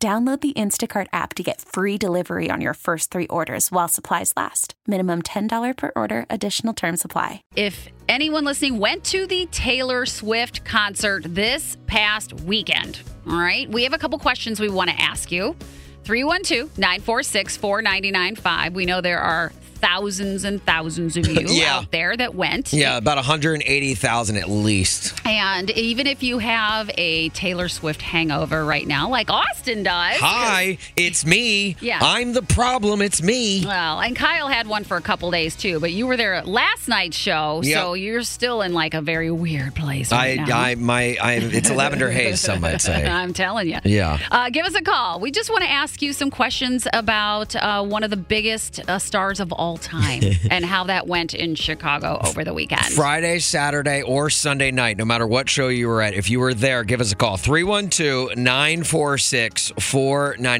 Download the Instacart app to get free delivery on your first three orders while supplies last. Minimum $10 per order, additional term supply. If anyone listening went to the Taylor Swift concert this past weekend, all right, we have a couple questions we want to ask you. 312 946 4995. We know there are thousands and thousands of you Yeah. out there that went. Yeah, about 180,000 at least. And even if you have a Taylor Swift hangover right now, like Austin does. Hi, it's me. Yeah. I'm the problem. It's me. Well, and Kyle had one for a couple days too, but you were there at last night's show, Yep. so you're still in like a very weird place. I, Right now. I, my, I, it's a lavender haze, some might say. I'm telling you. Yeah. Uh, give us a call. We just want to ask you some questions about uh, one of the biggest uh, stars of all time and how that went in Chicago over the weekend. Friday, Saturday, or Sunday night, no matter what show you were at, if you were there, give us a call 312 946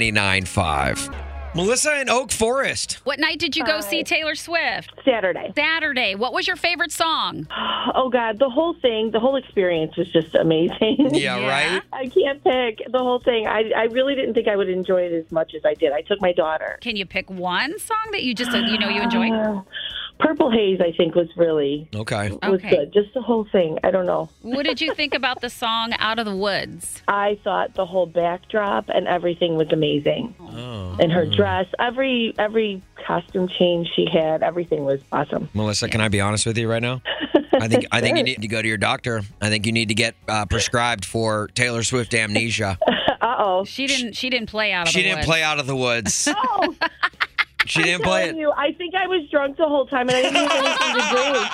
4995. Melissa in Oak Forest. What night did you go see Taylor Swift? Saturday. Saturday. What was your favorite song? Oh God, the whole thing, the whole experience was just amazing. Yeah, right? I can't pick the whole thing. I I really didn't think I would enjoy it as much as I did. I took my daughter. Can you pick one song that you just uh, you know you enjoyed? Purple Haze, I think, was really Okay. was Okay. good. Just the whole thing. I don't know. What did you think about the song Out of the Woods? I thought the whole backdrop and everything was amazing. Oh. And her dress, every every costume change she had, everything was awesome. Melissa, can I be honest with you right now? I think I think you need to go to your doctor. I think you need to get uh, prescribed for Taylor Swift amnesia. Uh oh. She didn't she didn't play Out of She the didn't Woods. play out of the woods. Oh, She didn't play telling it. you, I think I was drunk the whole time, and I didn't even anything to drink.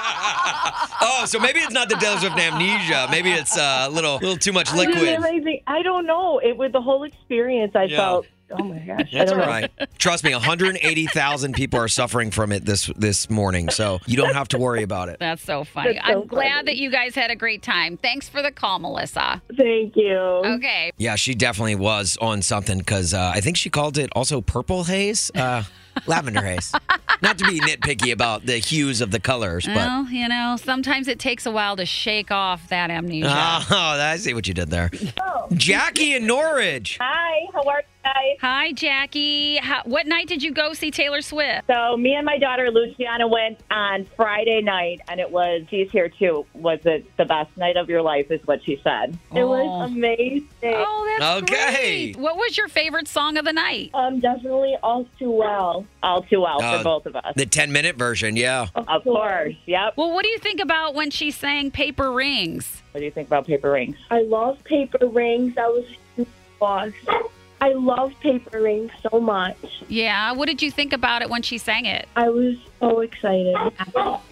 Oh, so maybe it's not the Taylor Swift amnesia. Maybe it's uh, a little little too much I didn't liquid. realize- I don't know. It was the whole experience. I Yeah. felt. Oh my gosh. I That's all don't know. right. Trust me, 180,000 people are suffering from it this this morning, so you don't have to worry about it. That's so funny. That's so I'm glad funny. that you guys had a great time. Thanks for the call, Melissa. Thank you. Okay. Yeah, she definitely was on something because uh, I think she called it also purple haze, uh, lavender haze. Not to be nitpicky about the hues of the colors, but Well, you know, sometimes it takes a while to shake off that amnesia. oh, I see what you did there. Jackie in Norwich. Hi. How are you guys? Hi, Jackie. How, what night did you go see Taylor Swift? So me and my daughter Luciana went on Friday night, and it was she's here too. Was it the best night of your life? Is what she said. It Oh. was amazing. Oh, that's Okay. great. What was your favorite song of the night? Um, definitely all too well. All too well Uh, for both of us. The 10 minute version, yeah. of course. Yep. Well, what do you think about when she sang Paper Rings? What do you think about paper rings? I love paper rings. That was a huge loss. I love paper rings so much. Yeah, what did you think about it when she sang it? I was so excited.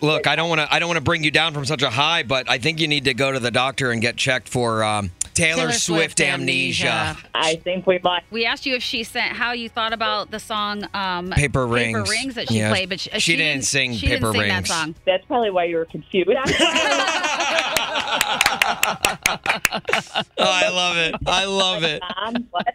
Look, I don't want to I don't want to bring you down from such a high, but I think you need to go to the doctor and get checked for um, Taylor, Swift, amnesia. I think we might. We asked you if she sent how you thought about the song um, Paper Paper Rings. Rings that she Yeah. played, but she, She didn't sing she Paper didn't sing that Rings. song. That's probably why you were confused. Oh, I love it. I love it. Mom, what?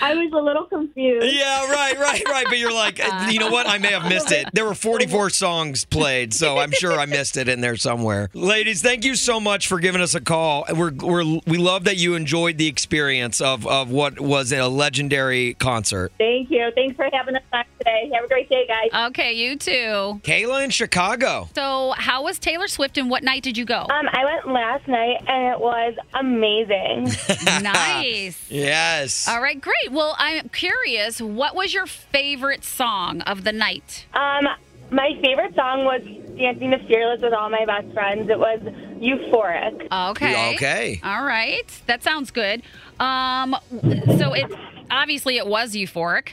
I was a little confused. Yeah, right, right, right. But you're like, you know what? I may have missed it. There were 44 songs played, so I'm sure I missed it in there somewhere. Ladies, thank you so much for giving us a call. We're, we're we love that you enjoyed the experience of of what was a legendary concert. Thank you. Thanks for having us on today. Have a great day, guys. Okay, you too. Kayla in Chicago. So, how was Taylor Swift and what night did you go? Um, I went last night and it was amazing. nice. Yes. All right, great. Well, I'm curious, what was your favorite song of the night? Um, my favorite song was Dancing the Fearless with all my best friends. It was euphoric. Okay. Okay. All right. That sounds good. Um so it obviously it was euphoric.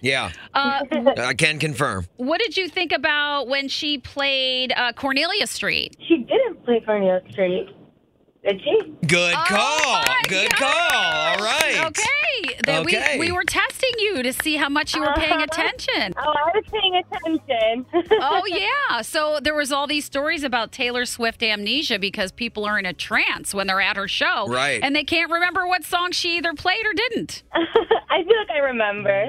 Yeah, Uh I can confirm. what did you think about when she played uh Cornelia Street? She didn't play Cornelia Street. Did she? Good Oh call. my Good gosh. call. All right. Okay. That Okay. We, we were testing you to see how much you were paying Uh-huh. attention. Oh, I was paying attention. Oh, yeah. So there was all these stories about Taylor Swift amnesia because people are in a trance when they're at her show. Right. And they can't remember what song she either played or didn't. I feel like I remember.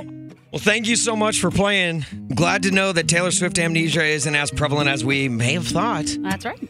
Well, thank you so much for playing. Glad to know that Taylor Swift amnesia isn't as prevalent as we may have thought. That's right.